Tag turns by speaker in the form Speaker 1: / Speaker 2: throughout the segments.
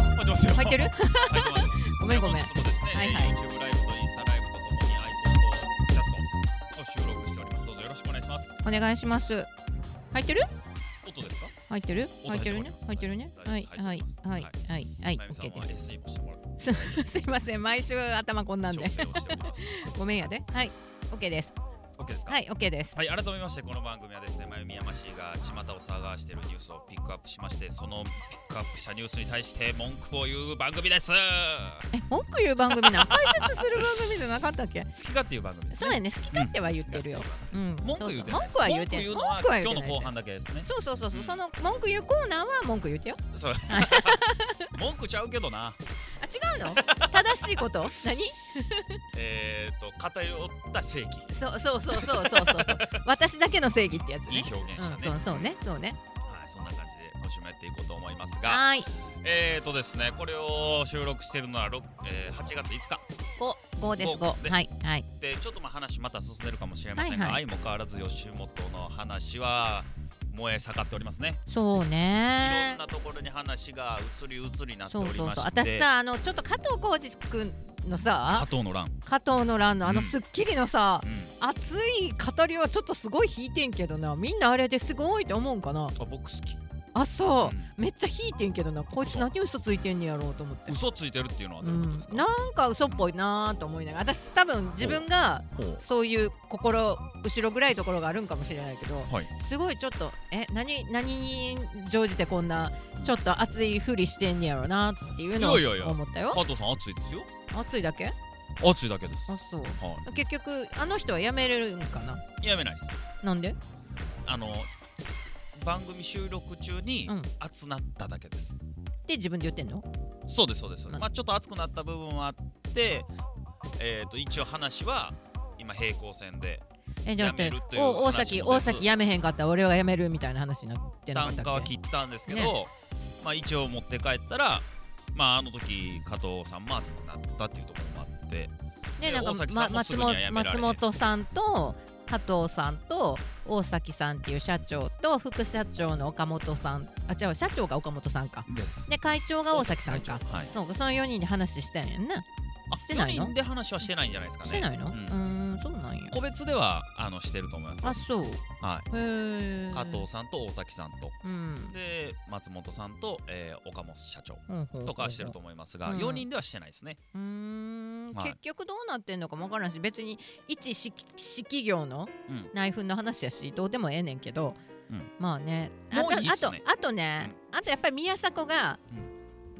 Speaker 1: はいどうも
Speaker 2: ね。ごめんごめん
Speaker 1: いつもですね、
Speaker 2: はいはい
Speaker 1: YouTube ライブとインスタライブとともに iPod キャストを収録しております。どうぞよろしくお願いします。
Speaker 2: お願いします。入ってる？
Speaker 1: 音ですか？
Speaker 2: 入ってる？
Speaker 1: 音
Speaker 2: 入ってるね。
Speaker 1: 入っ
Speaker 2: 入ってて
Speaker 1: る
Speaker 2: る
Speaker 1: ね
Speaker 2: ね。
Speaker 1: は
Speaker 2: はいいはいはいはいはい
Speaker 1: ま。ゆ
Speaker 2: オ
Speaker 1: み
Speaker 2: ッ
Speaker 1: さ
Speaker 2: ケ
Speaker 1: ん
Speaker 2: ー
Speaker 1: は
Speaker 2: です。
Speaker 1: SE もしてもらって
Speaker 2: すすいません毎週頭こんなん
Speaker 1: 調
Speaker 2: で
Speaker 1: 整をしております。
Speaker 2: ごめんやではいオッケーです
Speaker 1: OK ですか？
Speaker 2: はいオッケーです
Speaker 1: はい、改めましてこの番組はですね、まゆみやましいが巷を騒がしているニュースをピックアップしまして、そのピックアップしたニュースに対して文句を言う番組です。好
Speaker 2: え文句言う番組な の解説する番組じゃなかったっけ
Speaker 1: き勝手いう番組です、ね。
Speaker 2: そうやね好き勝手は言ってるよ、うん
Speaker 1: 文
Speaker 2: そう
Speaker 1: 句
Speaker 2: そ
Speaker 1: 言う
Speaker 2: う
Speaker 1: てない
Speaker 2: 文句は言うて
Speaker 1: 文句言うの
Speaker 2: 文
Speaker 1: は
Speaker 2: 句は言
Speaker 1: 今日
Speaker 2: う
Speaker 1: の
Speaker 2: てない
Speaker 1: 後半だけですね。
Speaker 2: そうそうそうそう、
Speaker 1: うん
Speaker 2: その文句言うコーナーは文句言うてよ
Speaker 1: そう文句ちゃうけどな。
Speaker 2: あ 違うの正しいこと何
Speaker 1: えー、と偏った正義
Speaker 2: そうそうそうそうそうそうそう私だけの正義ってやつ
Speaker 1: いい
Speaker 2: ね
Speaker 1: 表現
Speaker 2: うん
Speaker 1: したね、
Speaker 2: そうそうねそうね
Speaker 1: はい、そんな感じで今週もやっていこうと思いますが
Speaker 2: はーい
Speaker 1: えー、とですねこれを収録しているのは、ろくえー、8月5日
Speaker 2: 五五です
Speaker 1: 五
Speaker 2: 五
Speaker 1: で
Speaker 2: はいはい
Speaker 1: でちょっとまあ話また進んでるかもしれませんが、
Speaker 2: はいはい
Speaker 1: 相も変わらず吉本の話は燃え盛っておりますね、
Speaker 2: そう
Speaker 1: いろ
Speaker 2: ね
Speaker 1: んなところに話が移り移りなって
Speaker 2: そ
Speaker 1: お
Speaker 2: う
Speaker 1: りまして
Speaker 2: そうそう私さあのちょっと加藤浩次君の
Speaker 1: 加
Speaker 2: さ
Speaker 1: 藤の乱、
Speaker 2: 加藤の乱のあの
Speaker 1: うん
Speaker 2: 『スッキリ』のさ、
Speaker 1: うん
Speaker 2: 熱い語りはちょっとすごい引いてんけどなみんなあれですごいって思うんかな
Speaker 1: あ僕好き、
Speaker 2: あそう、
Speaker 1: う
Speaker 2: めっちゃ引いてんけどなこいつ何嘘ついてんねやろうと思って
Speaker 1: ん、嘘ついてるっていうのは
Speaker 2: う
Speaker 1: どういうことで
Speaker 2: ん
Speaker 1: す、か、
Speaker 2: なんか嘘っぽいなーと思いながら私多分自分が
Speaker 1: ほう
Speaker 2: そういう心後ろ暗いところがあるんかもしれないけど、
Speaker 1: はい
Speaker 2: すごいちょっとえ何何に乗じてこんな
Speaker 1: うん
Speaker 2: ちょっと熱いふりしてんねやろなっていうのを
Speaker 1: いやいやいや
Speaker 2: 思ったよ
Speaker 1: 加藤さん熱いですよ
Speaker 2: 熱いだけ
Speaker 1: 熱いだけです
Speaker 2: あそう
Speaker 1: は
Speaker 2: 結局あの人は辞めれるんかない
Speaker 1: やめないです
Speaker 2: なんで
Speaker 1: あの番組収録中に
Speaker 2: うん
Speaker 1: 熱なっただけです、
Speaker 2: って自分で言ってんの
Speaker 1: そうですそうです、
Speaker 2: うん
Speaker 1: まあ、ちょっと熱くなった部分はあって、えー、と一応話は今平行線で
Speaker 2: えだって
Speaker 1: 辞めるという
Speaker 2: お大
Speaker 1: 話
Speaker 2: 崎
Speaker 1: も出
Speaker 2: 大
Speaker 1: ず
Speaker 2: 崎辞めへんかったら俺は辞めるみたいな話になってなか
Speaker 1: 単
Speaker 2: ったっけ
Speaker 1: 価は切ったんですけど、
Speaker 2: ね
Speaker 1: まあ、一応持って帰ったら、まあ、あの時加藤さんも熱くなったっていうところもあって
Speaker 2: ねなん
Speaker 1: 大
Speaker 2: か
Speaker 1: 崎さ
Speaker 2: ま
Speaker 1: んもすぐ
Speaker 2: 松
Speaker 1: には辞め
Speaker 2: 本
Speaker 1: られへん
Speaker 2: 松本さんと加藤さんと大崎さんっていう社長と副社長の岡本さんあ違う社長が岡本さんか
Speaker 1: です
Speaker 2: で会長が大崎さんか
Speaker 1: はい、
Speaker 2: そうかその4人で話したんやんな
Speaker 1: あ
Speaker 2: してないの
Speaker 1: 四人で話はしてないんじゃないですかね
Speaker 2: してないのう
Speaker 1: うん
Speaker 2: ーんそうなんや
Speaker 1: 個別ではあのしてると思いますよ
Speaker 2: あそうへ
Speaker 1: は
Speaker 2: え
Speaker 1: い、加藤さんと大崎さんと
Speaker 2: うん
Speaker 1: で松本さんと、えー岡本社長
Speaker 2: ほうほうほうほう
Speaker 1: とかはしてると思いますが、
Speaker 2: うん
Speaker 1: 4人ではしてないですね。
Speaker 2: うーん
Speaker 1: はい
Speaker 2: 結局どうなってんのかもわからんし別に一私私企業の
Speaker 1: うん
Speaker 2: 内紛の話やしどうでもええねんけど、
Speaker 1: うん
Speaker 2: まあねあ
Speaker 1: もういいっす
Speaker 2: とあ
Speaker 1: ね
Speaker 2: とあとね、あとやっぱり宮迫が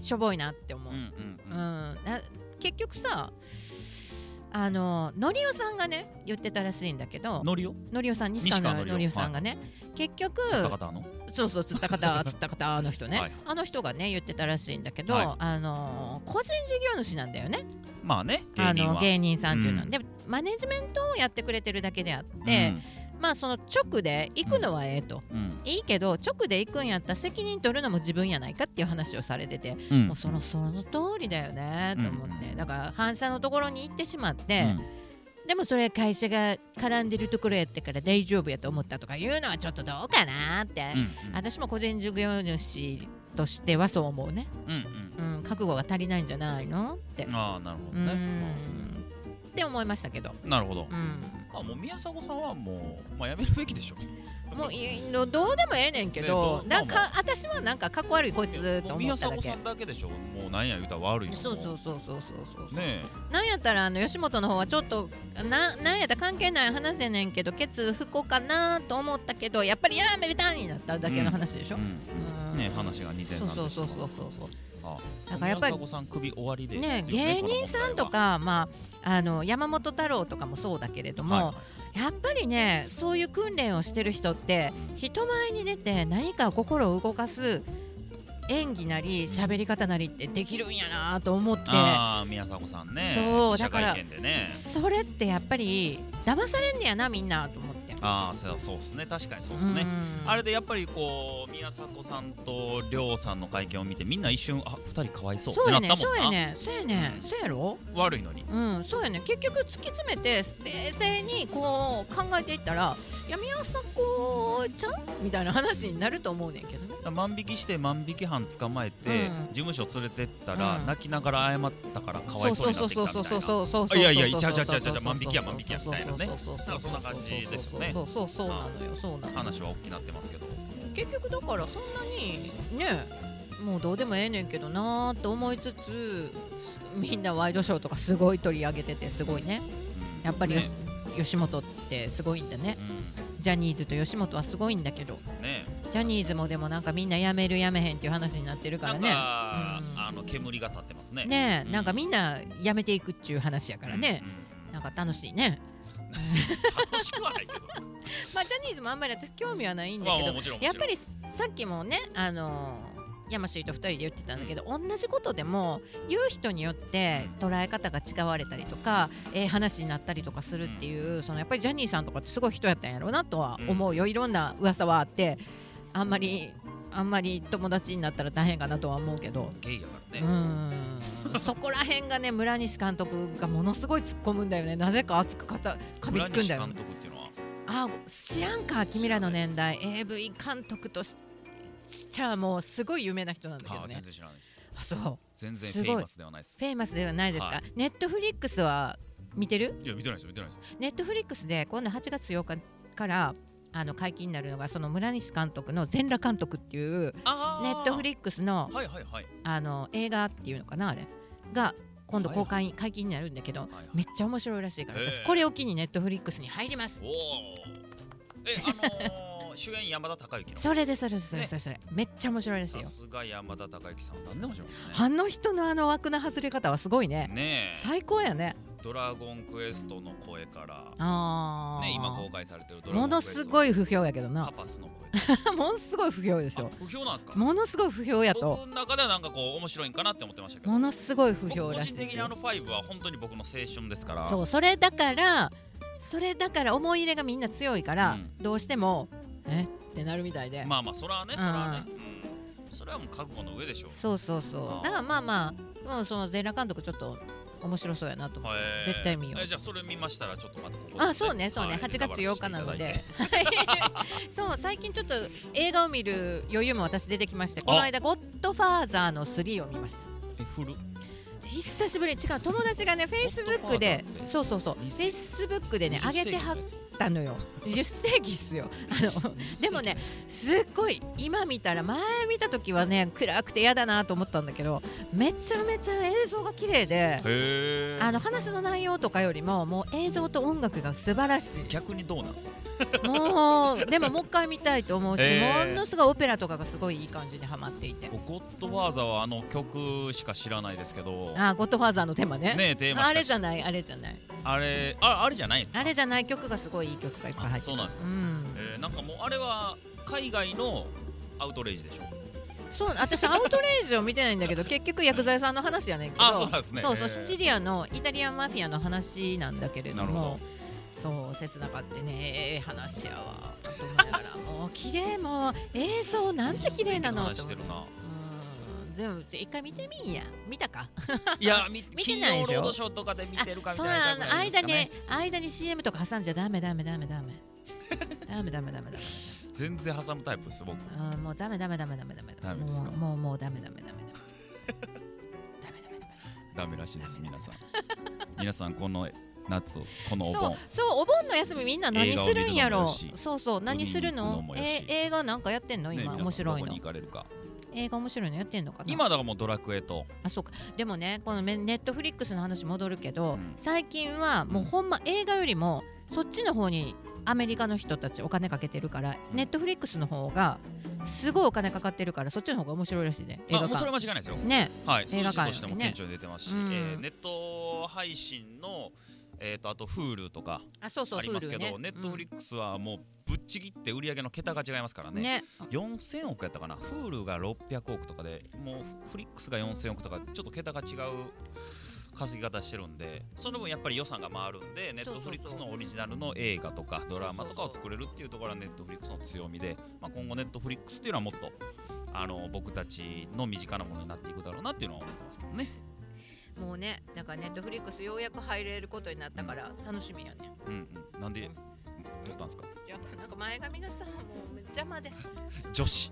Speaker 2: しょぼいなって思う、
Speaker 1: う
Speaker 2: うんん
Speaker 1: うんうん
Speaker 2: な結局さあののりおさんがね言ってたらしいんだけど
Speaker 1: ノリオ
Speaker 2: のりおさん西川の
Speaker 1: 西川のりお
Speaker 2: のりおさんがね、結局
Speaker 1: 高方の
Speaker 2: そうそう釣った 方釣った方あの人ね、
Speaker 1: はい
Speaker 2: あの人がね言ってたらしいんだけど、
Speaker 1: はい
Speaker 2: あの個人事業主なんだよね
Speaker 1: まあね芸
Speaker 2: あ
Speaker 1: 人
Speaker 2: の
Speaker 1: は。
Speaker 2: 芸人さんっていうのは、
Speaker 1: うん
Speaker 2: でマネジメントをやってくれてるだけであって、まあその直で行くのはええと、
Speaker 1: うんうん
Speaker 2: いいけど直で行くんやったら責任取るのも自分やないかっていう話をされてて、
Speaker 1: うん
Speaker 2: もうそのその通りだよねと思って、
Speaker 1: うん
Speaker 2: だから反射のところに行ってしまっ
Speaker 1: う
Speaker 2: て、
Speaker 1: ん
Speaker 2: でもそれ会社が絡んでるところやったから大丈夫やと思ったとかいうのはちょっとどうかなって、
Speaker 1: うん
Speaker 2: 私も個人事業主としてはそう思うね、
Speaker 1: うんうん
Speaker 2: うん、覚悟が足りないんじゃないのって。
Speaker 1: ああなるほ
Speaker 2: う
Speaker 1: ど
Speaker 2: ーん
Speaker 1: ね。
Speaker 2: って思いましたけど、
Speaker 1: なるほど
Speaker 2: う。ん、
Speaker 1: まあもう宮迫さんはもうまあやめるべきでしょ。
Speaker 2: もういいのどうでもええねんけど、
Speaker 1: ねどう
Speaker 2: なんか、
Speaker 1: ま
Speaker 2: 私はなんかかっこ悪いこい
Speaker 1: いや
Speaker 2: つと
Speaker 1: もう
Speaker 2: 思
Speaker 1: 宮
Speaker 2: っただ
Speaker 1: 迫
Speaker 2: け
Speaker 1: さんだけでしょ。もうなんや言うたら悪いの。
Speaker 2: そうそう
Speaker 1: も
Speaker 2: そうそうそうそう
Speaker 1: う、ね
Speaker 2: なんやったらあの吉本の方はちょっとななんやったら関係ない話やねんけどケツ不幸かなと思ったけどやっぱりやーめでたいになっただけの話でし
Speaker 1: え。
Speaker 2: ょ、
Speaker 1: うん
Speaker 2: うん
Speaker 1: ねえ話が二点
Speaker 2: そう
Speaker 1: 三
Speaker 2: そうそうそうそう
Speaker 1: あ
Speaker 2: なんかやっぱり
Speaker 1: 宮迫さん首終わりで
Speaker 2: ね芸人さんと。か、まあ、あの山本太郎とかもそうだけれど
Speaker 1: この
Speaker 2: も、
Speaker 1: 問題ははいはい
Speaker 2: やっぱりねそういう訓練をしてる人って人前に出て何か心を動かす演技なり喋り方なりってできるんやなと思って
Speaker 1: ああ宮迫さんね
Speaker 2: そう
Speaker 1: 記者
Speaker 2: だから
Speaker 1: 会見でね
Speaker 2: それってやっぱり騙されんねやなみんなと思って
Speaker 1: ああそうそうですね確かにそう
Speaker 2: う
Speaker 1: ですね、
Speaker 2: ん
Speaker 1: あれでやっぱりこう宮迫さんと亮さんの会見を見てみんな一瞬あ二人かわいそうっ
Speaker 2: そう
Speaker 1: てな
Speaker 2: や
Speaker 1: っ
Speaker 2: ね
Speaker 1: た
Speaker 2: んそ
Speaker 1: も
Speaker 2: うんや
Speaker 1: な、
Speaker 2: ねんそうやねんそうやろ
Speaker 1: 悪いのに
Speaker 2: うんそうやねん結局突き詰めて冷静にこう考えていったらいや宮迫ちゃんみたいな話になると思うねんけどね
Speaker 1: 万引きして万引き犯捕まえて、
Speaker 2: うん
Speaker 1: 事務所連れてったら、
Speaker 2: うん
Speaker 1: 泣きながら謝ったからかわいそうになってきたみたいな
Speaker 2: そうそうそうそうそうそうそうそう
Speaker 1: いやいやいちゃうちゃうちゃうちゃう万引きや万引きやみたいなね
Speaker 2: そうそうそう
Speaker 1: なんかそんな感じですよね
Speaker 2: そうそうそうそうなのよそうなのよ
Speaker 1: 話は大きくなってますけど
Speaker 2: 結局だからそんなにねもうどうでもええねんけどなーと思いつつみんなワイドショーとかすごい取り上げててすごいね
Speaker 1: うん
Speaker 2: やっぱりよ
Speaker 1: ね
Speaker 2: し、吉本ってすごいんだねジャニーズと吉本はすごいんだけど
Speaker 1: うんね
Speaker 2: ジャニーズもでもなんかみんな辞める辞めへんっていう話になってるか
Speaker 1: な
Speaker 2: ら
Speaker 1: ん
Speaker 2: ね
Speaker 1: か、
Speaker 2: うん
Speaker 1: あの煙が立ってますね
Speaker 2: ねえ
Speaker 1: うん
Speaker 2: なんかみんな辞めていくっちゅう話やからね
Speaker 1: うんうんうん
Speaker 2: なんか楽しいね
Speaker 1: 楽しくは ないけど
Speaker 2: まあジャニーズもあんまり私興味はないん
Speaker 1: ま
Speaker 2: だ
Speaker 1: あ
Speaker 2: け
Speaker 1: まあ
Speaker 2: ど
Speaker 1: もちろんもちろん
Speaker 2: やっぱりさっきもねあのー、山氏と2人で言ってたんだけど、同じことでも言う人によって捉え方が違われたりとか、ええ話になったりとかするっていう、そのやっぱりジャニーさんとかってすごい人やったんやろうなとは思うよ、いろんな噂はあってあんまりあんまり友達になったら大変かなとは思うけど。
Speaker 1: ゲイやから
Speaker 2: う
Speaker 1: ね、
Speaker 2: んそこら辺がね村西監督がものすごい突っ込むんだよねなぜか熱くかた噛みつくんだよね
Speaker 1: 村西監督っていうのは
Speaker 2: あ知らんか君らの年代 AV 監督とししゃもうすごい有名な人なんだけ
Speaker 1: は
Speaker 2: ど
Speaker 1: あ、全
Speaker 2: ね
Speaker 1: 然知らないです
Speaker 2: あそうフ
Speaker 1: 全然フ
Speaker 2: す
Speaker 1: ェ
Speaker 2: ごい
Speaker 1: イマスではないです
Speaker 2: ェイマスではないです
Speaker 1: は
Speaker 2: かネットフリックスは見てる
Speaker 1: いや見てないですよ見てないですよ
Speaker 2: ネットフリックスで今度8月8日からあの解禁になるのがその村西監督の全裸監督っていう
Speaker 1: あ
Speaker 2: ネットフ
Speaker 1: リ
Speaker 2: リックスの
Speaker 1: はいはいはい
Speaker 2: あの映画っていうのかなあれが今度公
Speaker 1: は
Speaker 2: 開解禁になるんだけど
Speaker 1: はいはい
Speaker 2: めっちゃ面白いらしいから私
Speaker 1: へえ
Speaker 2: これを機にネットフリックスに入ります
Speaker 1: おおえあの ー、主演山田孝之の
Speaker 2: それでそれそれそれそれめっちゃ面白いらしい
Speaker 1: さ
Speaker 2: よ
Speaker 1: すが山田孝之さん何でもしますね
Speaker 2: あの人のあの枠の外れ方はすごいね。
Speaker 1: ねえ
Speaker 2: 最高やね。
Speaker 1: ドラゴンクエストの声から
Speaker 2: ああ。
Speaker 1: ね今公開されてるドラゴ
Speaker 2: も
Speaker 1: ンクエ
Speaker 2: の
Speaker 1: スト
Speaker 2: すごい不評やけど
Speaker 1: パ
Speaker 2: な。
Speaker 1: パスの声
Speaker 2: ものすごい不評ですよ
Speaker 1: あ。不評なんですか
Speaker 2: ものすごい不評やと。
Speaker 1: 僕の中ではなんかこう面白いんかなって思ってましたけど
Speaker 2: ものすごい不
Speaker 1: 僕
Speaker 2: 評
Speaker 1: 個
Speaker 2: らしい
Speaker 1: 人
Speaker 2: で
Speaker 1: 的
Speaker 2: す
Speaker 1: にあ
Speaker 2: よ
Speaker 1: の。5は本当に僕の青春ですから
Speaker 2: そう、それだから、それだから思い入れがみんな強いから、
Speaker 1: うん
Speaker 2: どうしても、えってなるみたいで。
Speaker 1: まあまあそれはねそれはね、うんそれはもう覚悟の上でしょう
Speaker 2: そうそうそう
Speaker 1: あ。ー
Speaker 2: だからまあまあ、もうその全裸監督ちょっと面白そうやなと思って。
Speaker 1: へえ
Speaker 2: 絶対見よう
Speaker 1: えじゃあそれ見ましたらちょっとまたここで
Speaker 2: あ、そうね、そうね、
Speaker 1: はい
Speaker 2: 8月8日なので。はい そう、最近ちょっと映画を見る余裕も私出てきまして、この間ゴッドファーザーの3を見ました。
Speaker 1: えフル
Speaker 2: 久しぶりに、違う、友達がね、フェイスブックで
Speaker 1: ゴッドファーザーっ、て
Speaker 2: そうそうそう、フ
Speaker 1: 20
Speaker 2: ェイスブックでね、上げてはったのよ。10世紀っすよ。あの、でもね、すっごい、今見たら、前見た時はね、暗くて嫌だなと思ったんだけど。めちゃめちゃ映像が綺麗で、
Speaker 1: へえ
Speaker 2: あの話の内容とかよりも、もう映像と音楽が素晴らしい。
Speaker 1: 逆にどうなんですか
Speaker 2: もうでももう一回見たいと思うし、
Speaker 1: えー
Speaker 2: ものすごいオペラとかがすごいいい感じにはまっていて
Speaker 1: 僕ゴッドファーザーはあの曲しか知らないですけど
Speaker 2: あーゴッドファーザーのテーマね
Speaker 1: ねえテーマしか
Speaker 2: あれじゃ
Speaker 1: ない
Speaker 2: ないあれじゃない
Speaker 1: あれああれじゃないんですか
Speaker 2: あれじゃない曲がすごいいい曲がいっぱい入って
Speaker 1: あそうなんです
Speaker 2: か、うん、
Speaker 1: えーなんかもうあれは海外のアウトレイジでしょ
Speaker 2: そう私アウトレイジを見てないん だけど結局薬剤さんの話やねんけど
Speaker 1: あそうなんですね
Speaker 2: そうそう
Speaker 1: へー
Speaker 2: シチリアのイタリアンマフィアの話なんだけれど
Speaker 1: なるほ
Speaker 2: もそう切なかってねええ話やわと思いなが らもう綺麗もう映像なんて綺麗なの
Speaker 1: 話
Speaker 2: と
Speaker 1: し
Speaker 2: 思
Speaker 1: て
Speaker 2: って
Speaker 1: るな
Speaker 2: うんでも一回見てみんや見たか
Speaker 1: いやみ
Speaker 2: 見てないでしょ
Speaker 1: 金曜ロードショーとかで見てるかみ
Speaker 2: そ
Speaker 1: た
Speaker 2: う
Speaker 1: い
Speaker 2: な
Speaker 1: な
Speaker 2: の
Speaker 1: 感じです
Speaker 2: 間
Speaker 1: か
Speaker 2: に、
Speaker 1: ね
Speaker 2: 間に CM とか挟んじゃダメダメダメダメダメダメダメダメ
Speaker 1: 全然挟むタイプです僕
Speaker 2: あ ーもうダメダメダメダメダメ
Speaker 1: ダメですか
Speaker 2: もうもうもうダメダメダメダメダメダメダメ
Speaker 1: ダメらしいです皆さん 皆さんこの夏このお
Speaker 2: そ
Speaker 1: 盆
Speaker 2: うそうお盆の休みみんな何するんや
Speaker 1: 映画を
Speaker 2: ろ
Speaker 1: 見るのもやし
Speaker 2: そうそう何する
Speaker 1: 海に行
Speaker 2: の
Speaker 1: くのもやし
Speaker 2: え映画なんかやってんの
Speaker 1: ね
Speaker 2: 今、
Speaker 1: 皆さん
Speaker 2: 面白い
Speaker 1: どこ
Speaker 2: の
Speaker 1: に行かれるか
Speaker 2: 映画面白いのやってんのかな
Speaker 1: 今だからもうドラクエと
Speaker 2: あそうかでもねこのネットフリックスの話戻るけど、
Speaker 1: うん
Speaker 2: 最近はもうほんま映画よりもそっちの方にアメリカの人たちお金かけてるから、
Speaker 1: うん
Speaker 2: ネットフリックスの方がすごいお金かかってるからそっちの方が面白いらしいね映
Speaker 1: あ
Speaker 2: 画
Speaker 1: もうそれは
Speaker 2: 館
Speaker 1: 間違いないですよ
Speaker 2: ね
Speaker 1: はい、数
Speaker 2: 映画
Speaker 1: 字
Speaker 2: 館
Speaker 1: としても顕著に出てますし、
Speaker 2: よりね
Speaker 1: えー
Speaker 2: うん
Speaker 1: ネット配信の、えー、とあと Hulu とか
Speaker 2: あそうそう
Speaker 1: ありますけ
Speaker 2: Hulu ね
Speaker 1: ど、ネットフリックスはもうぶっちぎって売り上げの桁が違いますから
Speaker 2: うん
Speaker 1: ね
Speaker 2: ね
Speaker 1: 4000億やったかな Hulu が600億とかでもうフリックスが4000億とかちょっと桁が違う稼ぎ方してるんでその分やっぱり予算が回るんでネッ
Speaker 2: そう
Speaker 1: ト
Speaker 2: そう
Speaker 1: フリックスのオリジナルの映画とかドラマとかを作れるっていうところはネットフリックスの強みで、まあ、今後ネットフリックスっていうのはもっとあの僕たちの身近なものになっていくだろうなっていうのは思ってますけどね。
Speaker 2: もうねなんかネットフリックスようやく入れることになったから楽しみやね
Speaker 1: うんうん、なんで撮ったんですか
Speaker 2: いやなんか前髪がさもうめっちゃまでも
Speaker 1: 女子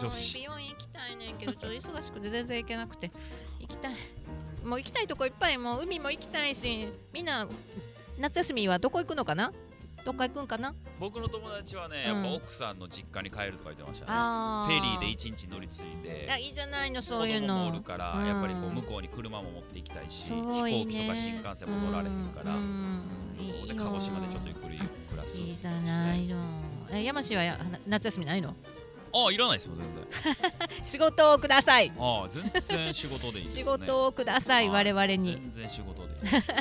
Speaker 1: 女子
Speaker 2: 美容院行きたいねんけどちょっと忙しくて全然行けなくて行きたいもう行きたいとこいっぱいもう海も行きたいしみんな夏休みはどこ行くのかなどっか行くんかな
Speaker 1: 僕の友達はね、
Speaker 2: うん
Speaker 1: やっぱ奥さんの実家に帰るとか言ってましたね
Speaker 2: あ
Speaker 1: フェリーで
Speaker 2: い
Speaker 1: 一日乗り継いで
Speaker 2: やいいじゃないの
Speaker 1: 子
Speaker 2: そういう
Speaker 1: 供もお
Speaker 2: の
Speaker 1: るから、
Speaker 2: うん
Speaker 1: やっぱりこう向こうに車も持って行きたいし
Speaker 2: すごい
Speaker 1: 飛行機
Speaker 2: ね
Speaker 1: とか新幹線も乗られへんから、
Speaker 2: うん
Speaker 1: どこ
Speaker 2: う
Speaker 1: で
Speaker 2: ん
Speaker 1: 鹿児島でちょっとゆっくり暮らす
Speaker 2: いいじゃないのえ山氏はや夏休みないの
Speaker 1: ああいらないですよ全然
Speaker 2: 仕事をください
Speaker 1: ああ全然仕事でいいです ね
Speaker 2: 仕事をください
Speaker 1: はい
Speaker 2: 我々に
Speaker 1: 全然仕事でいいです あ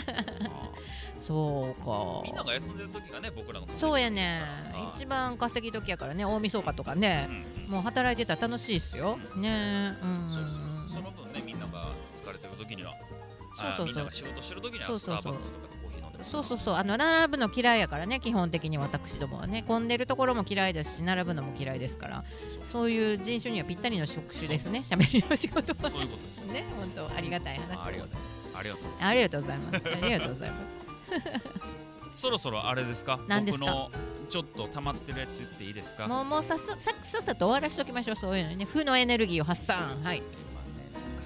Speaker 2: そう
Speaker 1: あみんな
Speaker 2: か
Speaker 1: が休んでる時がね僕らの稼ぎ
Speaker 2: そうやね
Speaker 1: です
Speaker 2: 一
Speaker 1: か
Speaker 2: 番稼ぎ時やからね大晦日とからね
Speaker 1: はいうん
Speaker 2: もう働いてたら楽しいっすよねえ
Speaker 1: そ
Speaker 2: う
Speaker 1: うそ
Speaker 2: ん
Speaker 1: うその分ねみんなが疲れてる時には
Speaker 2: そう
Speaker 1: あ
Speaker 2: そうそう
Speaker 1: みんなが仕事してる時に
Speaker 2: そ
Speaker 1: は
Speaker 2: う
Speaker 1: ス
Speaker 2: そう
Speaker 1: タ
Speaker 2: そ
Speaker 1: ー
Speaker 2: う
Speaker 1: バックスとかでコーヒー飲んでます
Speaker 2: そうそうそうあの並ぶの嫌いやからね基本的に私どもはね混んでるところも嫌いですし並ぶのも嫌いですからそういう人種にはぴったりの職種ですね喋りの仕事は
Speaker 1: そういうことです
Speaker 2: ね本当ありがたい話
Speaker 1: あありがとうありがとう
Speaker 2: ありがとうございますありがとうございます
Speaker 1: そろそろあれですか
Speaker 2: 何ですか
Speaker 1: 僕のちょっと溜まってるやつ言っていいですか
Speaker 2: もうもうさっさささっさと終わらしときましょうそういうのね負のエネルギーを発散はい
Speaker 3: 今ね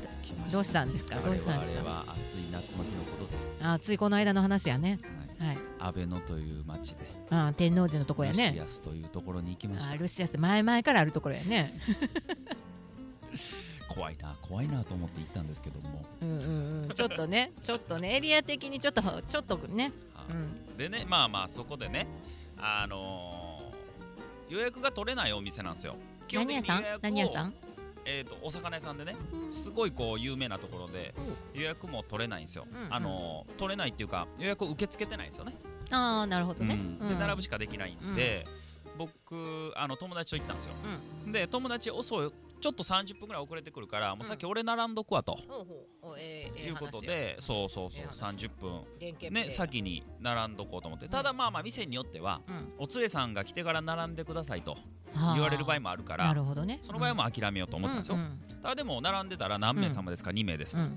Speaker 3: ムカつきま
Speaker 2: どうしたんですか
Speaker 3: あ
Speaker 2: どう
Speaker 3: れ
Speaker 2: し
Speaker 3: は
Speaker 2: たん
Speaker 3: あ
Speaker 2: で
Speaker 3: れ
Speaker 2: すか
Speaker 3: は暑い夏の日のことです、
Speaker 2: あついこの間の話やね
Speaker 3: はい、
Speaker 2: はい
Speaker 3: 阿倍野という町で
Speaker 2: あ天王寺のとこや
Speaker 3: ルシ
Speaker 2: ね
Speaker 3: アスというところに行きまし
Speaker 2: あ
Speaker 3: た
Speaker 2: ルシアスって前々からあるところやね
Speaker 3: 怖いな怖いなと思って行ったんですけども、
Speaker 2: うんうんうんちょっとね ちょっとねエリア的にちょっとちょっとね
Speaker 1: は
Speaker 2: う
Speaker 1: い
Speaker 2: ん
Speaker 1: でねまあまあそこでねあのー予約が取れないお店なんですよ基本
Speaker 2: 何
Speaker 1: 的に
Speaker 2: 屋さん
Speaker 1: 予約を
Speaker 2: 何屋さん
Speaker 1: えーとお魚屋さんでね
Speaker 2: うん
Speaker 1: すごいこう有名なところで予約も取れないんですよ、
Speaker 2: うんうん
Speaker 1: あのー取れないっていうか予約を受け付けてないんですよね
Speaker 2: ああなるほどね
Speaker 3: うん
Speaker 2: うん
Speaker 1: で並ぶしかできないんで、僕あの友達と行ったんですよ、で友達遅いちょっと30分ぐらい遅れてくるからもうさっき俺並んどくわと、
Speaker 2: ほうほうおえーえー
Speaker 1: いうこと
Speaker 2: 話
Speaker 1: で、
Speaker 2: や
Speaker 1: そうそうそう、
Speaker 2: ええ話
Speaker 1: 30分
Speaker 2: 連携プレー
Speaker 1: ね先に並んどこうと思って、ただまあまあ店によっては
Speaker 2: うん
Speaker 1: お連れさんが来てから並んでくださいと言われる場合もあるか
Speaker 2: な
Speaker 1: ら
Speaker 2: るほどね
Speaker 1: その場合はもう諦めようと思ったんですよ、ただでも並んでたら何名様ですか、2名ですと、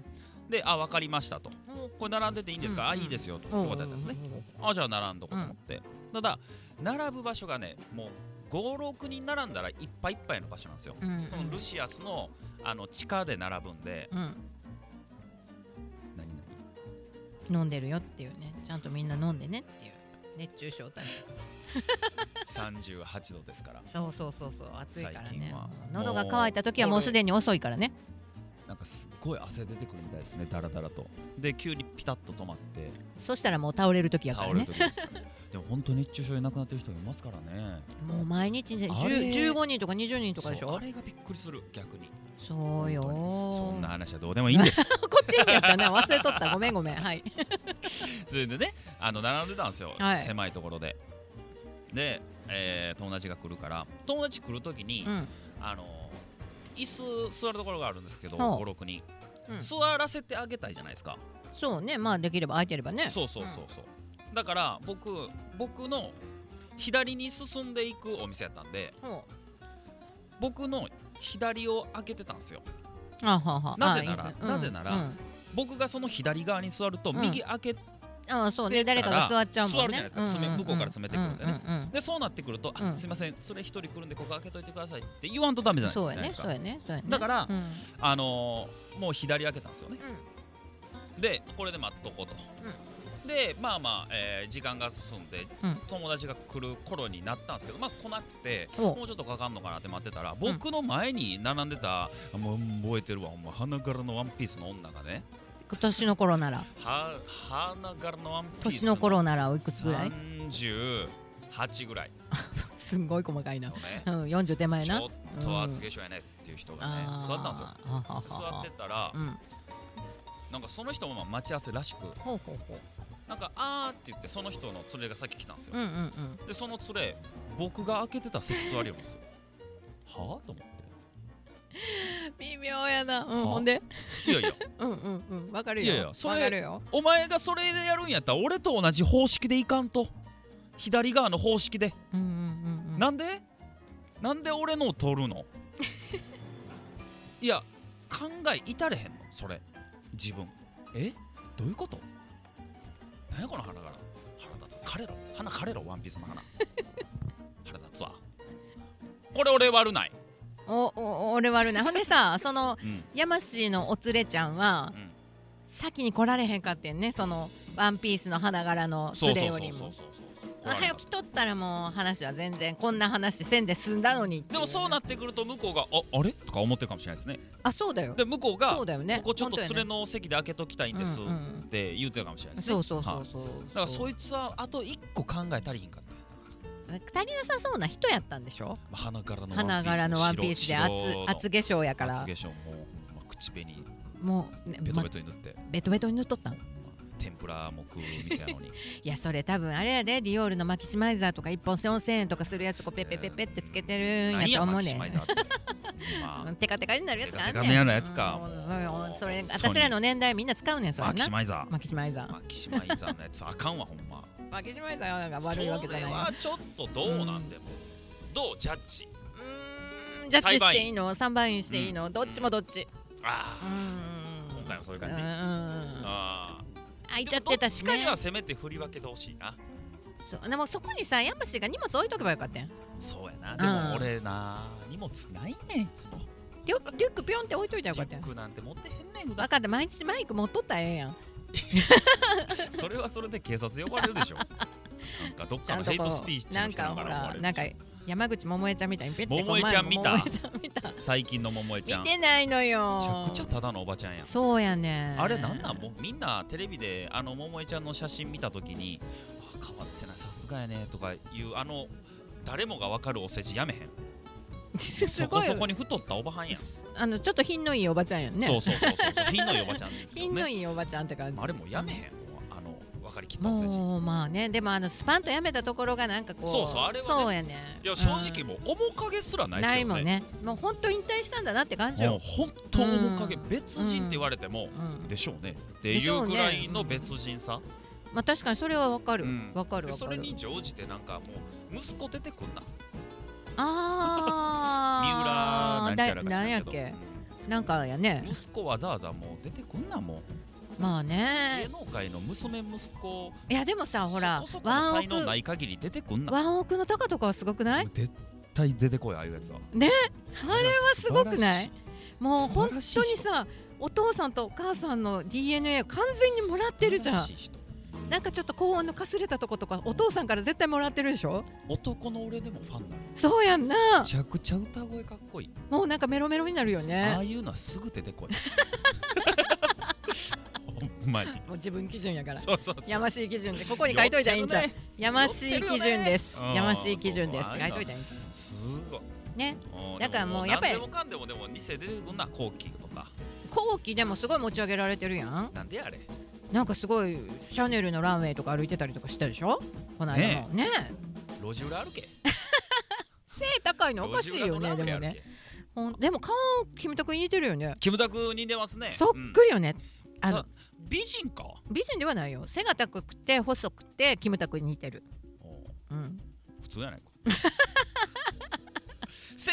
Speaker 1: であ分かりましたとこれ並んでていいんですか、
Speaker 2: うん
Speaker 1: あいいですよとってことだったんですね、あじゃあ並んどこうと思って、ただ並ぶ場所がねもう56人並んだらいっぱいいっぱいの場所なんですよ、
Speaker 2: うん
Speaker 1: そのルシアスのあの地下で並ぶんで
Speaker 2: うん
Speaker 3: 何々
Speaker 2: 飲んでるよっていうねちゃんとみんな飲んでねっていう熱中症対策
Speaker 1: 38度ですから
Speaker 2: そうそうそうそう暑いから
Speaker 1: 最近
Speaker 2: ね
Speaker 1: は
Speaker 2: 喉が渇いた時はもうすでに遅いからね
Speaker 3: なんかすっごい汗出てくるみたいですねだらだらと
Speaker 1: で急にピタッと止まって
Speaker 2: そしたらもう倒れる時やか
Speaker 1: 倒
Speaker 2: ら
Speaker 1: れる
Speaker 2: ね
Speaker 1: 時ですからね
Speaker 3: でも本当熱中症で亡くなってる人もいますからね
Speaker 2: もう毎日ね
Speaker 3: あれ
Speaker 2: 10 15人とか20人とかでし
Speaker 1: そう
Speaker 2: ょ
Speaker 1: あれがびっくりする逆に
Speaker 2: そうよ
Speaker 3: そ
Speaker 2: そ
Speaker 3: んな話はどうでもいいんです
Speaker 2: 怒ってんやったな忘れ とったごめんごめんはい
Speaker 1: それでねあの並んでたんですよ、
Speaker 2: はい
Speaker 1: 狭いところでで、えー友達が来るから友達来る時に、
Speaker 2: うん
Speaker 1: あの椅子座るところがあるんですけど
Speaker 2: ほう
Speaker 1: 56人、
Speaker 2: うん
Speaker 1: 座らせてあげたいじゃないですか
Speaker 2: そうねまあできれば空いてればね
Speaker 1: そうそうそうそう、だから僕僕の左に進んでいくお店やったんで
Speaker 2: ほ
Speaker 1: 僕の左を開けてたんですよ
Speaker 2: うあはは
Speaker 1: なぜな
Speaker 2: あいいっ
Speaker 1: ら
Speaker 2: すねうん
Speaker 1: なぜなら
Speaker 2: うん
Speaker 1: 僕がその左側に座ると
Speaker 2: うん
Speaker 1: 右開け、
Speaker 2: ああそうね
Speaker 1: で
Speaker 2: 誰かが座っちゃうもんね
Speaker 1: 座るじゃないですか爪向こうから詰めてくるんでね
Speaker 2: ね
Speaker 1: でそうなってくると、あ
Speaker 2: うん
Speaker 1: すいませんそれ一人来るんでここ開けといてくださいって言わんとダメじゃない
Speaker 2: そうや
Speaker 1: ない
Speaker 2: ね
Speaker 1: です
Speaker 2: そう
Speaker 1: か
Speaker 2: やねそうやね
Speaker 1: だから
Speaker 2: うん
Speaker 1: あのーもう左開けたんですよねでこれで待っとこうと、でまあまあ、えー時間が進んで、
Speaker 2: うん
Speaker 1: 友達が来る頃になったんですけどまあ来なくて
Speaker 2: お
Speaker 1: もうちょっとかかんのかなって待ってたら僕の前に並んでた、もう覚えてるわお前花柄のワンピースの女がね
Speaker 2: 今年の頃なら
Speaker 1: は花柄のワンピース
Speaker 2: 年の頃ならおいくつぐらい
Speaker 1: ?38 ぐらい
Speaker 2: すんごい細かい
Speaker 1: の
Speaker 2: な
Speaker 1: ね
Speaker 2: うん40手前
Speaker 1: ち
Speaker 2: な
Speaker 1: ょっと厚化粧やねっていう人がね、座ったんですよ
Speaker 2: すよははは
Speaker 1: 座
Speaker 2: は
Speaker 1: ってたら
Speaker 2: うん
Speaker 1: なんかその人もまあ待ち合わせらしく
Speaker 2: ほうほうほう
Speaker 1: なんかあーって言ってその人の連れがさっき来たんですよ
Speaker 2: うんうんうん
Speaker 1: でその連れ僕が開けてた席座りよるんですよはあと思って
Speaker 2: 微妙やな。うん、
Speaker 1: あ
Speaker 2: ほんで。
Speaker 1: いやいや
Speaker 2: うんうんうん。わかるよ。
Speaker 1: いやいやそれ
Speaker 2: わかるよ。
Speaker 1: お前がそれでやるんやったら俺と同じ方式でいかんと左側の方式で、
Speaker 2: うんうんうんうん。
Speaker 1: なんでなんで俺のを取 るのいや考え至れへんのそれ自分えどういうこと何やこの花柄腹立つわ枯れろ花枯れろワンピースの 花腹立つわこれ俺悪ない、
Speaker 2: おお俺悪ない。ほんでさ、その
Speaker 1: うん
Speaker 2: 山氏のお連れちゃんは
Speaker 1: うん
Speaker 2: 先に来られへんかってんね。そのワンピースの花柄の
Speaker 1: そうそ
Speaker 2: ス
Speaker 1: うそ
Speaker 2: レよ
Speaker 1: うそう
Speaker 2: り
Speaker 1: そう
Speaker 2: も。
Speaker 1: そう
Speaker 2: あ早く来とったらもう話は全然こんな話せんで済んだのにってい
Speaker 1: でもそうなってくると向こうがああれとか思ってるかもしれないですね
Speaker 2: あそうだよ
Speaker 1: で向こうが
Speaker 2: そうだよね
Speaker 1: ここちょっと
Speaker 2: 本
Speaker 1: 連
Speaker 2: 当
Speaker 1: れ
Speaker 2: やね
Speaker 1: の席で開けときたいんです
Speaker 2: うんうん
Speaker 1: って言うてるかもしれないですね。
Speaker 2: そうそうそ
Speaker 1: は
Speaker 2: う
Speaker 1: い
Speaker 2: そう
Speaker 1: だからそう
Speaker 2: い
Speaker 1: いつはあと一個考え足りひんかったんや
Speaker 2: 足りなさそうな人やったんでしょ
Speaker 1: まあ花柄の
Speaker 2: 花柄のワンピースで厚厚
Speaker 1: い
Speaker 2: 化粧やか
Speaker 1: 厚
Speaker 2: ら
Speaker 1: 化粧もうまあ口紅
Speaker 2: もう、ね
Speaker 1: ベト
Speaker 2: ま
Speaker 1: ベトに塗って
Speaker 2: ベトベトに塗っとったんい
Speaker 1: 天ぷらも食う店やのに
Speaker 2: やそれ多分あれやでディオールのマキシマイザーとか1本4000円とかするやつこ うペッペッペッペッってつけてるん
Speaker 1: 何
Speaker 2: や
Speaker 1: や
Speaker 2: と思
Speaker 1: マ
Speaker 2: う
Speaker 1: キ
Speaker 2: ね
Speaker 1: シ
Speaker 2: ん
Speaker 1: マイザー ってま
Speaker 2: うんテカテカになるやつがあんねん
Speaker 1: テカテカになるやつか
Speaker 2: うんうんうんそれ
Speaker 1: 当に
Speaker 2: 私らの年代みんな使うねんそ
Speaker 1: あ
Speaker 2: れ
Speaker 1: マキ
Speaker 2: な
Speaker 1: シマイザ
Speaker 2: マキシマイザ
Speaker 1: ー
Speaker 2: ー
Speaker 1: マキシマイザーのやつあかんわほんま
Speaker 2: マキシマイザーが悪いわけじゃない
Speaker 1: それ
Speaker 2: よ
Speaker 1: はちょっとどうなんでもどうジャッジ
Speaker 2: うーんジャッジしていいの三番員していいの、
Speaker 1: うん
Speaker 2: どっちもどっちうー
Speaker 1: あ
Speaker 2: ん
Speaker 1: あ今回はそういう感
Speaker 2: う
Speaker 1: じ
Speaker 2: んうんうん
Speaker 1: あー
Speaker 2: 開いちゃってた
Speaker 1: で
Speaker 2: し
Speaker 1: もどっちかに
Speaker 2: ね
Speaker 1: はせめて振り分けてほしいな
Speaker 2: そうでもそこにさ山氏が荷物置いとけばよかったやん
Speaker 1: そうやな。
Speaker 2: う
Speaker 1: でも
Speaker 2: ん
Speaker 1: 俺な、荷物ないねん、いつも。
Speaker 2: リュリュックピョンって置いといた
Speaker 1: リ
Speaker 2: ら
Speaker 1: ュ
Speaker 2: よかったや
Speaker 1: ッ
Speaker 2: ん
Speaker 1: クなんて持ってへんねん、普段
Speaker 2: 分 かった毎日マイク持っとったらええやん
Speaker 1: それはそれで警察呼ばれるでし ょ。なんかどっ
Speaker 2: ち
Speaker 1: か
Speaker 2: ゃん
Speaker 1: の
Speaker 2: と
Speaker 1: ヘイ
Speaker 2: こ
Speaker 1: トスピー
Speaker 2: う
Speaker 1: チ
Speaker 2: な
Speaker 1: の
Speaker 2: ん
Speaker 1: 人
Speaker 2: か
Speaker 1: な
Speaker 2: ほ
Speaker 1: が
Speaker 2: ら
Speaker 1: ら
Speaker 2: なんか山口百恵ちゃんみたいにペッて
Speaker 1: 桃江ちゃん見た
Speaker 2: 桃江ちゃん見た
Speaker 1: 最近の桃江ちゃん。
Speaker 2: 見
Speaker 1: めち
Speaker 2: てないの
Speaker 1: ゃ
Speaker 2: よ
Speaker 1: くちゃただのおばちゃんやん。
Speaker 2: そうやね
Speaker 1: あれなんなんもうみんなテレビであの桃江ちゃんの写真見たときにあ変わってないさすがやねとかいうあの誰もがわかるお世辞やめへん
Speaker 2: す
Speaker 1: そ
Speaker 2: ご
Speaker 1: こ
Speaker 2: い
Speaker 1: そこに太ったおばはんやん、
Speaker 2: あのちょっと品のいいおばちゃんやんね
Speaker 1: そうそうそうそう品のいいおばちゃんですけど
Speaker 2: 品の
Speaker 1: ね
Speaker 2: いいおばちゃんって感じ
Speaker 1: まああれもうやめへんもうあの分かりきったお世辞
Speaker 2: もうまあねでもあのスパンとやめたところがなんかこう
Speaker 1: そうそうあれはね
Speaker 2: そうやね
Speaker 1: いや正
Speaker 2: うん
Speaker 1: 直もう面影すらないです
Speaker 2: な
Speaker 1: け
Speaker 2: い
Speaker 1: ど
Speaker 2: も
Speaker 1: ね
Speaker 2: んねもう本当引退したんだなって感じ
Speaker 1: もう
Speaker 2: よ、
Speaker 1: 本当面影
Speaker 2: うん
Speaker 1: 別人って言われても
Speaker 2: うん
Speaker 1: でしょうねって
Speaker 2: で
Speaker 1: い
Speaker 2: しょ
Speaker 1: う
Speaker 2: うね
Speaker 1: くらいの別人さ
Speaker 2: まあ確かにそれはわかるわ、
Speaker 1: うん
Speaker 2: かる
Speaker 1: で
Speaker 2: わ
Speaker 1: そ
Speaker 2: か
Speaker 1: れ
Speaker 2: る
Speaker 1: に乗じてなんかもう息子出てくんな三
Speaker 2: ああ
Speaker 1: 浦なんちゃらか知
Speaker 2: なん
Speaker 1: ら
Speaker 2: や
Speaker 1: ん
Speaker 2: っ
Speaker 1: け
Speaker 2: け
Speaker 1: ど
Speaker 2: なんかや
Speaker 1: うん
Speaker 2: ね
Speaker 1: 息子わざわざもう出てくんなもう
Speaker 2: まあ
Speaker 1: 芸
Speaker 2: ね
Speaker 1: 能界の娘息子
Speaker 2: いやでもさほら
Speaker 1: そこそこ
Speaker 2: ワ
Speaker 1: の
Speaker 2: ンオ
Speaker 1: 才能な
Speaker 2: ク
Speaker 1: い限り出てくんな
Speaker 2: ワンオクのタカとかはすごくない
Speaker 1: もう絶対出てこいああいうやつは
Speaker 2: あれはすごくないもう
Speaker 1: 素
Speaker 2: 本
Speaker 1: 晴らしい
Speaker 2: 当にさお父さんとお母さんの DNA を完全にもらってるじゃ
Speaker 1: 素
Speaker 2: ん
Speaker 1: 晴らしい人
Speaker 2: なんかちょっと高温のかすれたとことかお父さんから絶対もらってるでしょ
Speaker 1: 男の俺でもファンなの
Speaker 2: そうやんな
Speaker 1: めちゃくちゃ歌声かっこいい
Speaker 2: もうなんかメロメロになるよ
Speaker 1: ああ
Speaker 2: ね
Speaker 1: いうのはすぐ出て こい。ほんまに。
Speaker 2: もう自分基準やから
Speaker 1: そうそうそう。
Speaker 2: やましい基準でここに書いといたらいいんちゃう
Speaker 1: 寄ってるね
Speaker 2: やましい基準です
Speaker 1: 寄ってるよね
Speaker 2: やましい基準で
Speaker 1: う
Speaker 2: す
Speaker 1: ん
Speaker 2: って書いといたらいいんちゃ
Speaker 1: すごい。
Speaker 2: うね
Speaker 1: うん
Speaker 2: だからもうやっぱり
Speaker 1: でも何でもかんでもでも店出てくんな後期とか。
Speaker 2: 後期でもすごい持ち上げられてるやん
Speaker 1: なんであれ。
Speaker 2: なんかすごいシャネルのランウェイとか歩いてたりとかしたでしょこの間もね
Speaker 1: 路地裏歩け。
Speaker 2: 背高いのおか
Speaker 1: 路
Speaker 2: し
Speaker 1: 地
Speaker 2: い
Speaker 1: 裏の
Speaker 2: よ
Speaker 1: ラ
Speaker 2: ね
Speaker 1: ーメ
Speaker 2: で
Speaker 1: ン
Speaker 2: も
Speaker 1: 歩け
Speaker 2: ね。ほんでも顔キムタクに似てるよね
Speaker 1: キムタクに出ますね。
Speaker 2: そっくりよねあ
Speaker 1: あ
Speaker 2: の
Speaker 1: 美人か。
Speaker 2: 美人ではないよ背が高くて細くてキムタクに似てる
Speaker 1: おう
Speaker 2: うん
Speaker 1: 普通や ないか。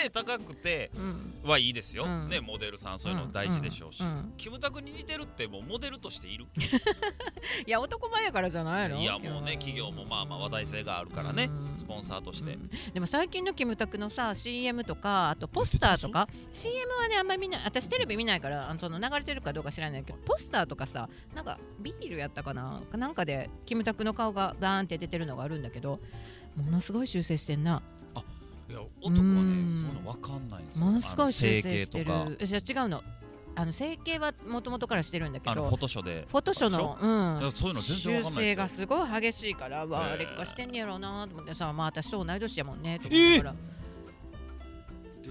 Speaker 1: 背高くて
Speaker 2: うん
Speaker 1: はいいですよ。
Speaker 2: うん
Speaker 1: ねモデルさんそういうの大事でしょうし
Speaker 2: ん。ん
Speaker 1: キムタクに似てるってもうモデルとしている。
Speaker 2: いや男前やからじゃないの
Speaker 1: いやもうね企業もまあまあ話題性があるからね
Speaker 2: うん
Speaker 1: スポンサーとして
Speaker 2: でも最近のキムタクのさ CM とかあとポスターとか CM はねあんまり見ない私テレビ見ないからあのその流れてるかどうか知らないけどポスターとかさなんかビールやったかななんかでキムタクの顔がダーンって出てるのがあるんだけどものすごい修正してんない
Speaker 1: や男は
Speaker 2: う
Speaker 1: ね
Speaker 2: ん
Speaker 1: そういうの分かんないんですよ
Speaker 2: ものすご
Speaker 1: あの
Speaker 2: い
Speaker 1: 整
Speaker 2: 修正
Speaker 1: 形
Speaker 2: して
Speaker 1: と
Speaker 2: る
Speaker 1: か
Speaker 2: じゃ違うのあの整形はもともとからしてるんだけ
Speaker 1: あの
Speaker 2: ど
Speaker 1: フォトショで
Speaker 2: フォトショの、う
Speaker 1: でしょ
Speaker 2: ん、
Speaker 1: そういうの全然わかんないですよ
Speaker 2: 修正がすごい激しいから、わ
Speaker 1: へ
Speaker 2: あ、
Speaker 1: え
Speaker 2: 劣化してんねやろうなと思ってさ、まあ、私と同い年やもんねと思ってから、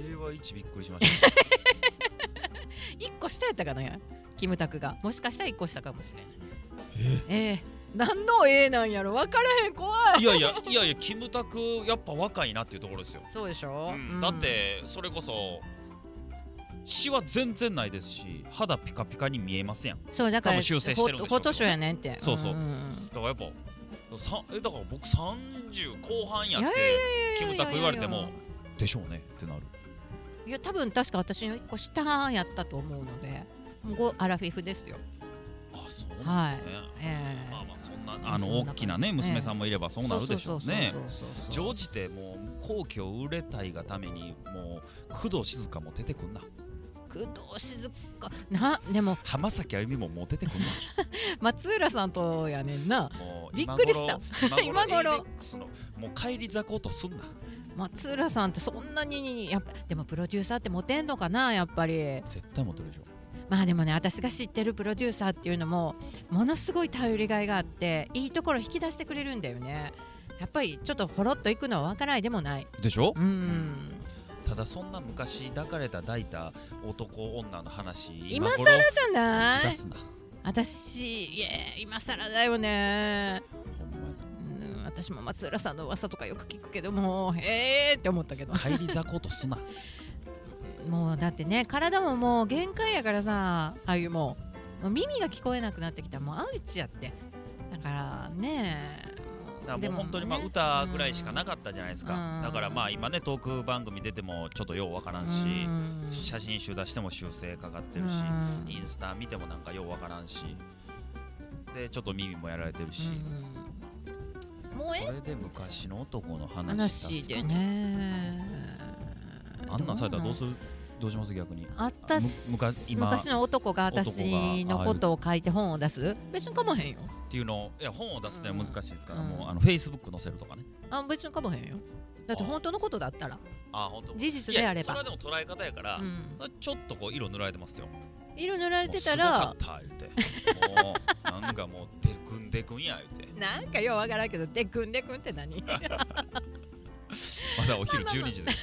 Speaker 1: 令和一びっくりしましたね
Speaker 2: 一個下やったかな、キムタクが、もしかしたら一個下かもしれない。ええ何のええなんやろ、分からへん、怖 い。
Speaker 1: いやいやいやいやキムタクやっぱ若いなっていうところですよ
Speaker 2: そうでしょ、
Speaker 1: うんだってそれこそシワ全然ないですし肌ピカピカに見えません
Speaker 2: そうだか
Speaker 1: 多
Speaker 2: ら
Speaker 1: 分修正してるんでしょうけど
Speaker 2: フォフォトショーやねんって
Speaker 1: そうそうん
Speaker 2: ん
Speaker 1: だからやっぱさえだから僕30後半やっ
Speaker 2: い
Speaker 1: て
Speaker 2: やいやい
Speaker 1: キ
Speaker 2: やいやい
Speaker 1: ム
Speaker 2: や
Speaker 1: タク言われても
Speaker 3: でしょうねってなる
Speaker 2: いや多分確か私の一個下やったと思うのでもうごアラフィフですよ
Speaker 1: あそうなんですね、
Speaker 2: ええ
Speaker 1: まあまあそんなあ
Speaker 2: そ
Speaker 1: の
Speaker 2: んな
Speaker 1: 大
Speaker 2: 感じ
Speaker 1: きなね娘さんもいればそうなるでしょうね
Speaker 2: そうそうそうそうそう
Speaker 1: 常時てもう皇居を売れたいがためにもう工藤静香も出てくんな
Speaker 2: 工藤静香なでも
Speaker 1: 浜崎あゆみももう出てくん な
Speaker 2: 松浦さんとやねんな
Speaker 1: もう
Speaker 2: びっくりした
Speaker 1: 今頃
Speaker 2: 今頃
Speaker 1: ABEX のもう帰り咲こうとすんな
Speaker 2: 松浦さんってそんなにやっぱでもプロデューサーってモテんのかなやっぱり
Speaker 3: 絶対モテるでしょ
Speaker 2: まあでもね私が知ってるプロデューサーっていうのもものすごい頼りがいがあっていいところ引き出してくれるんだよねやっぱりちょっとほろっといくのは分からないでもない
Speaker 1: でしょ
Speaker 2: うん
Speaker 1: ただそんな昔抱かれた抱いた男女の話
Speaker 2: 今更
Speaker 1: 頃
Speaker 2: じゃ
Speaker 1: 打ち
Speaker 2: な
Speaker 1: 出
Speaker 2: い
Speaker 1: すな
Speaker 2: 私いや今更だよね
Speaker 1: ほんまに
Speaker 2: うん私も松浦さんの噂とかよく聞くけどもうへえって思った けど
Speaker 1: 帰り咲こうとすな
Speaker 2: もうだってね体ももう限界やからさああいうもうもう耳が聞こえなくなってきたもうアウチやってだからね
Speaker 1: だからもう本当にまあ
Speaker 2: ね
Speaker 1: 歌ぐらいしかなかったじゃないです
Speaker 2: う
Speaker 1: か
Speaker 2: ん
Speaker 1: だからまあ今ねトーク番組出てもちょっとようわからんし写真集出しても修正かかってるし
Speaker 2: うん
Speaker 1: インスタ見てもなんかようわからんしでちょっと耳もやられてるし
Speaker 2: うんもうえ
Speaker 1: それで昔の男の話
Speaker 2: 話でね
Speaker 1: あんなんされたらどうするどうします逆に
Speaker 2: あったし
Speaker 1: む昔
Speaker 2: 昔
Speaker 1: 今
Speaker 2: の男が私のことを書いて本を出す別にかまへんよ
Speaker 1: っていうのをいや本を出すって難しいですから、
Speaker 2: うん
Speaker 1: もうあのフェイスブック載せるとかね
Speaker 2: あ別にかまへんよだって本当のことだったら
Speaker 1: あ本当
Speaker 2: 事実であれ
Speaker 1: それは
Speaker 2: ば
Speaker 1: でも捉え方やから、
Speaker 2: うん
Speaker 1: それちょっとこう色塗られてますよ
Speaker 2: 色塗られて
Speaker 1: も
Speaker 2: たら
Speaker 1: うすごかった言うても うなんかもうでくんでくんや言うて
Speaker 2: なんかようわからんけどでくんでくんって何ま
Speaker 1: まだお昼12時です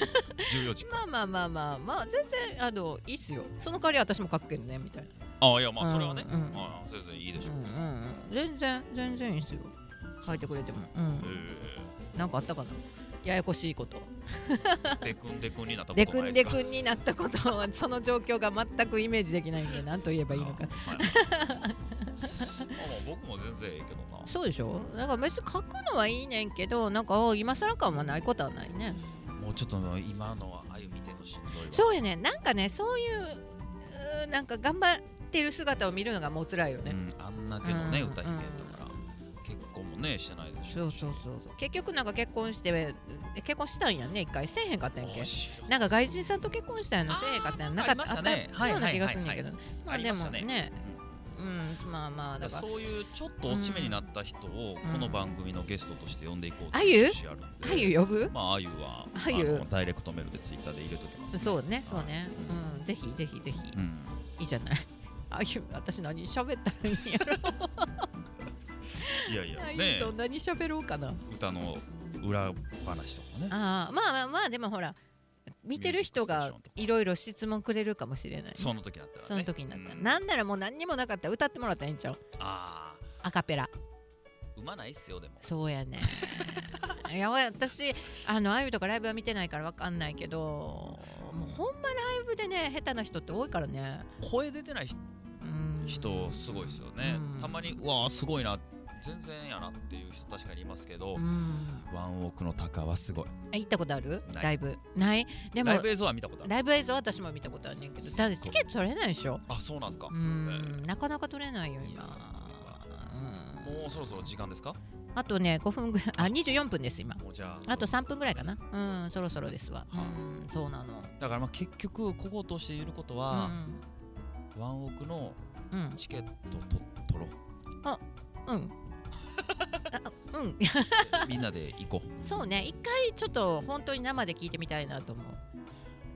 Speaker 1: 14時か
Speaker 2: あまあまあまあまあ全然あのいいっすよその代わり私も書くけどねみたいな
Speaker 1: あいやまあそれはね、
Speaker 2: う
Speaker 1: うんん
Speaker 2: うん
Speaker 1: 先生いいでし
Speaker 2: う
Speaker 1: ょ
Speaker 2: ん
Speaker 1: う、
Speaker 2: うんうん全然全然いいっすよ書いてくれてもう
Speaker 1: え
Speaker 2: んなんかあったかなややこしいこと
Speaker 1: ーでくんでくんになったこ
Speaker 2: で
Speaker 1: と
Speaker 2: く
Speaker 1: ない
Speaker 2: ん
Speaker 1: で
Speaker 2: です
Speaker 1: か
Speaker 2: くんになったこと はその状況が全くイメージできないんで何と言えばいいのか
Speaker 1: はいまあまあ僕も全然ええけどな
Speaker 2: そうでしょだから別に書くのはいいねんけどなんかあ今更感はないことはないね
Speaker 1: もうちょっと今のはあゆ見てのしんどいわ
Speaker 2: そうやねなんかねそういううーなんか頑張ってる姿を見るのがもう辛いよね、
Speaker 1: うん、あんだけのね、
Speaker 2: うん
Speaker 1: 歌姫やったから、結婚もねしてないでし
Speaker 2: そ
Speaker 1: ょ
Speaker 2: うそうそうそう結局なんか結婚してえ結婚したんやんね一回せえへんかったんやんけ
Speaker 1: 面白い
Speaker 2: なんか外人さんと結婚したんやなせえへんかったんやんなか
Speaker 1: ありまし
Speaker 2: あ
Speaker 1: た
Speaker 2: った
Speaker 1: ねはい
Speaker 2: ような気がするんだけどま
Speaker 1: は
Speaker 2: あ
Speaker 1: いはい
Speaker 2: でも
Speaker 1: ありました
Speaker 2: ねうんまあまあだ
Speaker 1: だか
Speaker 2: か
Speaker 1: ららそういうちょっと落ち目になった人を
Speaker 2: ん
Speaker 1: この番組のゲストとして呼んでいこうと
Speaker 2: あゆ
Speaker 1: いう趣旨あるんで
Speaker 2: あゆ呼ぶ
Speaker 1: まああゆは
Speaker 2: あゆ
Speaker 1: のダイレクトメールでツイッターで入れときます、
Speaker 2: そうねそうねうんぜひぜひぜひ
Speaker 1: うん
Speaker 2: いいじゃない あゆ私何喋ったらいいんやろ
Speaker 1: いやいや
Speaker 2: あゆ
Speaker 1: ね
Speaker 2: と何喋ろうかな
Speaker 1: 歌の裏話とかね
Speaker 2: ああまあまあまあでもほら見てる人がいろいろ質問くれるかもしれない
Speaker 1: その時だったらね
Speaker 2: その時になったら、
Speaker 1: うん
Speaker 2: なんならもう何にもなかったら歌ってもらったらいいんちゃう
Speaker 1: あ
Speaker 2: アカペラ
Speaker 1: ーうまないっすよでも
Speaker 2: そうやねいや私あのあゆとかライブは見てないからわかんないけどもうほんまライブでね下手な人って多いからね
Speaker 1: 声出てない人
Speaker 2: うん
Speaker 1: 人すごいですよね、
Speaker 2: うん
Speaker 1: たまにうわーすごいな全然やなっていう人確かにいますけど、
Speaker 2: うん
Speaker 1: ワンオークの鷹はすごい
Speaker 2: あ行ったことある
Speaker 1: ない
Speaker 2: ライブないでも
Speaker 1: ライブ映像は見たことある
Speaker 2: ライブ映像私も見たことあるねんけど
Speaker 1: すっ
Speaker 2: だ
Speaker 1: ご
Speaker 2: っ
Speaker 1: い
Speaker 2: てチケット取れないでしょ
Speaker 1: あそうなんですか、
Speaker 2: う
Speaker 1: え
Speaker 2: んなかなか取れないよ
Speaker 1: い
Speaker 2: 今
Speaker 1: やそれは
Speaker 2: うん
Speaker 1: ーもうそろそろ時間ですか
Speaker 2: あとね5分ぐらいあ24分です今
Speaker 1: もうじゃあ
Speaker 2: あと
Speaker 1: そろ
Speaker 2: 3分ぐらいかなうんそろそろですわ
Speaker 1: は
Speaker 2: うんそうなの
Speaker 1: だからまあ結局こことして言えることは、ワンオークの
Speaker 2: うんうん
Speaker 1: チケットと取ろう
Speaker 2: うんあうん
Speaker 1: みんなで行こう
Speaker 2: そうね一回ちょっと本当に生で聞いてみたいなと思う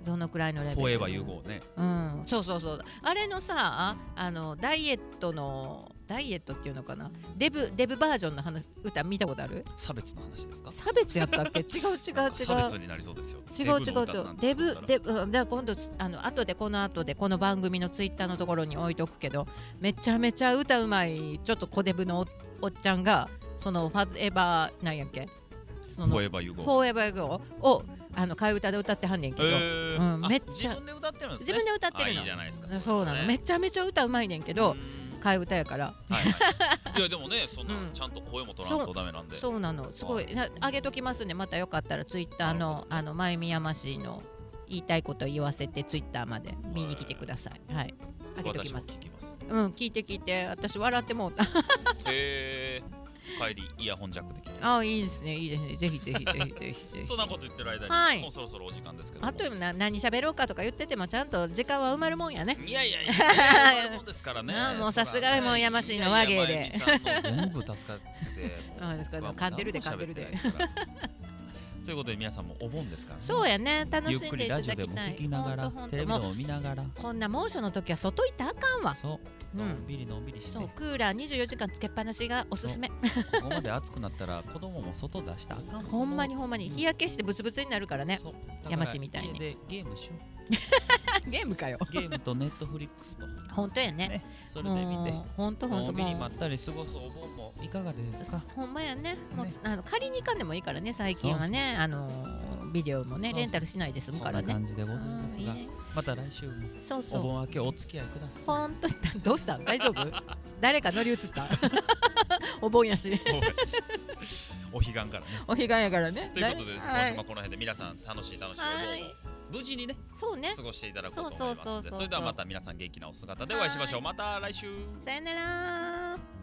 Speaker 2: どのくらいのレベル
Speaker 1: フォーエバー融合ね
Speaker 2: うん、そうそうそうあれのさあのダイエットのダイエットっていうのかなデブデブバージョンの話歌見たことある
Speaker 1: 差別の話ですか
Speaker 2: 差別やったっけ違う違
Speaker 1: なんか 差
Speaker 2: う違
Speaker 1: 別
Speaker 2: う
Speaker 1: になりそうですよ
Speaker 2: 違う違う違うデブデブうんだから今度あの後でこの後でこの番組のツイッターのところに置いとくけどめちゃめちゃ歌うまいちょっと小デブのおおっちゃんがそのファエバーなんやっけそ
Speaker 1: フォー
Speaker 2: の
Speaker 1: エバー融
Speaker 2: フ
Speaker 1: 合
Speaker 2: ォーエバーグをあの替え歌で歌ってはんねんけ
Speaker 1: え
Speaker 2: ど、
Speaker 1: ー
Speaker 2: うん
Speaker 1: あ
Speaker 2: めっちゃ
Speaker 1: 自分で歌ってるんですね
Speaker 2: 自分で歌ってる
Speaker 1: あい
Speaker 2: の
Speaker 1: いじゃないですか
Speaker 2: そうなの、め
Speaker 1: っち
Speaker 2: ちゃめちゃ歌うまいねんけど替え歌やから
Speaker 1: はいはい、いやでもねそんな
Speaker 2: うん
Speaker 1: ちゃんと声も取らんとダメなんで
Speaker 2: そうなのすごいなあげときますねまたよかったらツイッターのあのまゆみやましいの言いたいこと言わせてツイッターまで見に来てくださいはいあげとき
Speaker 1: 私も
Speaker 2: ます
Speaker 1: 聞きます
Speaker 2: うん聞いて聞いて私笑ってもうた
Speaker 1: へえ帰りイヤホンジャックで聞いて
Speaker 2: あいいですねいいですねぜひぜひぜひぜひ ぜひ
Speaker 1: そんなこと言ってる間に、
Speaker 2: はい
Speaker 1: もうそろそろお時間ですけども
Speaker 2: あとな何喋ろうかとか言っててもちゃんと時間は埋まるもんやね
Speaker 1: いやいやいや、いやいやもんですからね
Speaker 2: なあ。 もうさすが
Speaker 1: そらね
Speaker 2: もうやましいの話芸で
Speaker 1: いやいやまゆみさん の全部助かって
Speaker 2: うんですか
Speaker 1: もう。
Speaker 2: 噛んでるで噛んでる
Speaker 1: もう
Speaker 2: で
Speaker 1: 喋って ないすから。ということで皆さんもお盆ですからね。
Speaker 2: そうやね楽
Speaker 3: ゆっ
Speaker 2: しん
Speaker 3: くり
Speaker 2: でいた
Speaker 3: ラ
Speaker 2: だ
Speaker 3: ジオで
Speaker 2: き
Speaker 3: も
Speaker 2: た
Speaker 3: 聞
Speaker 2: い
Speaker 3: きながら
Speaker 2: ほんとほんと
Speaker 3: テレビ
Speaker 2: も
Speaker 3: で
Speaker 2: う
Speaker 3: も見ながら
Speaker 2: こんな猛暑の時は外行ったらあかんわ
Speaker 3: そう
Speaker 2: うん
Speaker 3: のんびりのんびりして
Speaker 2: そう
Speaker 3: こ
Speaker 2: クーラー24時間つけっぱなしがおすすめ
Speaker 3: こまで暑くなったら子供も外出したらあかん
Speaker 2: ほんまにほんまに
Speaker 3: うん
Speaker 2: 日焼けしてブツブツになるからね
Speaker 3: そうだから
Speaker 2: やましみたいに
Speaker 3: 家でゲームしよう
Speaker 2: ゲームかよ
Speaker 3: ゲームとネットフリックスと
Speaker 2: 本当やね
Speaker 3: ねそれで見て
Speaker 2: もうほんとほん
Speaker 3: の
Speaker 2: と
Speaker 3: んびり
Speaker 2: も
Speaker 3: ま
Speaker 2: う
Speaker 3: ったり過ごすお盆もいかがですか
Speaker 2: ほんまやねもう
Speaker 3: ね
Speaker 2: あの借りに行かんでもいいからね最近はねあのービデオも
Speaker 3: そう
Speaker 2: ね
Speaker 3: そう
Speaker 2: レンタルしないで済む
Speaker 3: そ
Speaker 2: か
Speaker 3: ん
Speaker 2: ら
Speaker 3: な
Speaker 2: ね
Speaker 3: 感じでございます
Speaker 2: うん
Speaker 3: が
Speaker 2: いいね
Speaker 3: また来週も
Speaker 2: そう
Speaker 3: お
Speaker 2: そう
Speaker 3: 盆明けお付き合いください
Speaker 2: ほんとどうしたん大丈夫 誰か乗り移った お盆やし
Speaker 1: お彼岸からね。
Speaker 2: お彼岸やからね
Speaker 1: ということでですね、
Speaker 2: は
Speaker 1: 今週
Speaker 2: い
Speaker 1: もこの辺で皆さん楽しい楽しいお
Speaker 2: は
Speaker 1: 盆を
Speaker 2: い
Speaker 1: 無事にね
Speaker 2: そうね
Speaker 1: 過ごしていただこうと思います
Speaker 2: そうそ
Speaker 1: の
Speaker 2: うそう
Speaker 1: で、
Speaker 2: そう
Speaker 1: それではまた皆さん元気なお姿でお会いしましょう。また来週。
Speaker 2: さよなら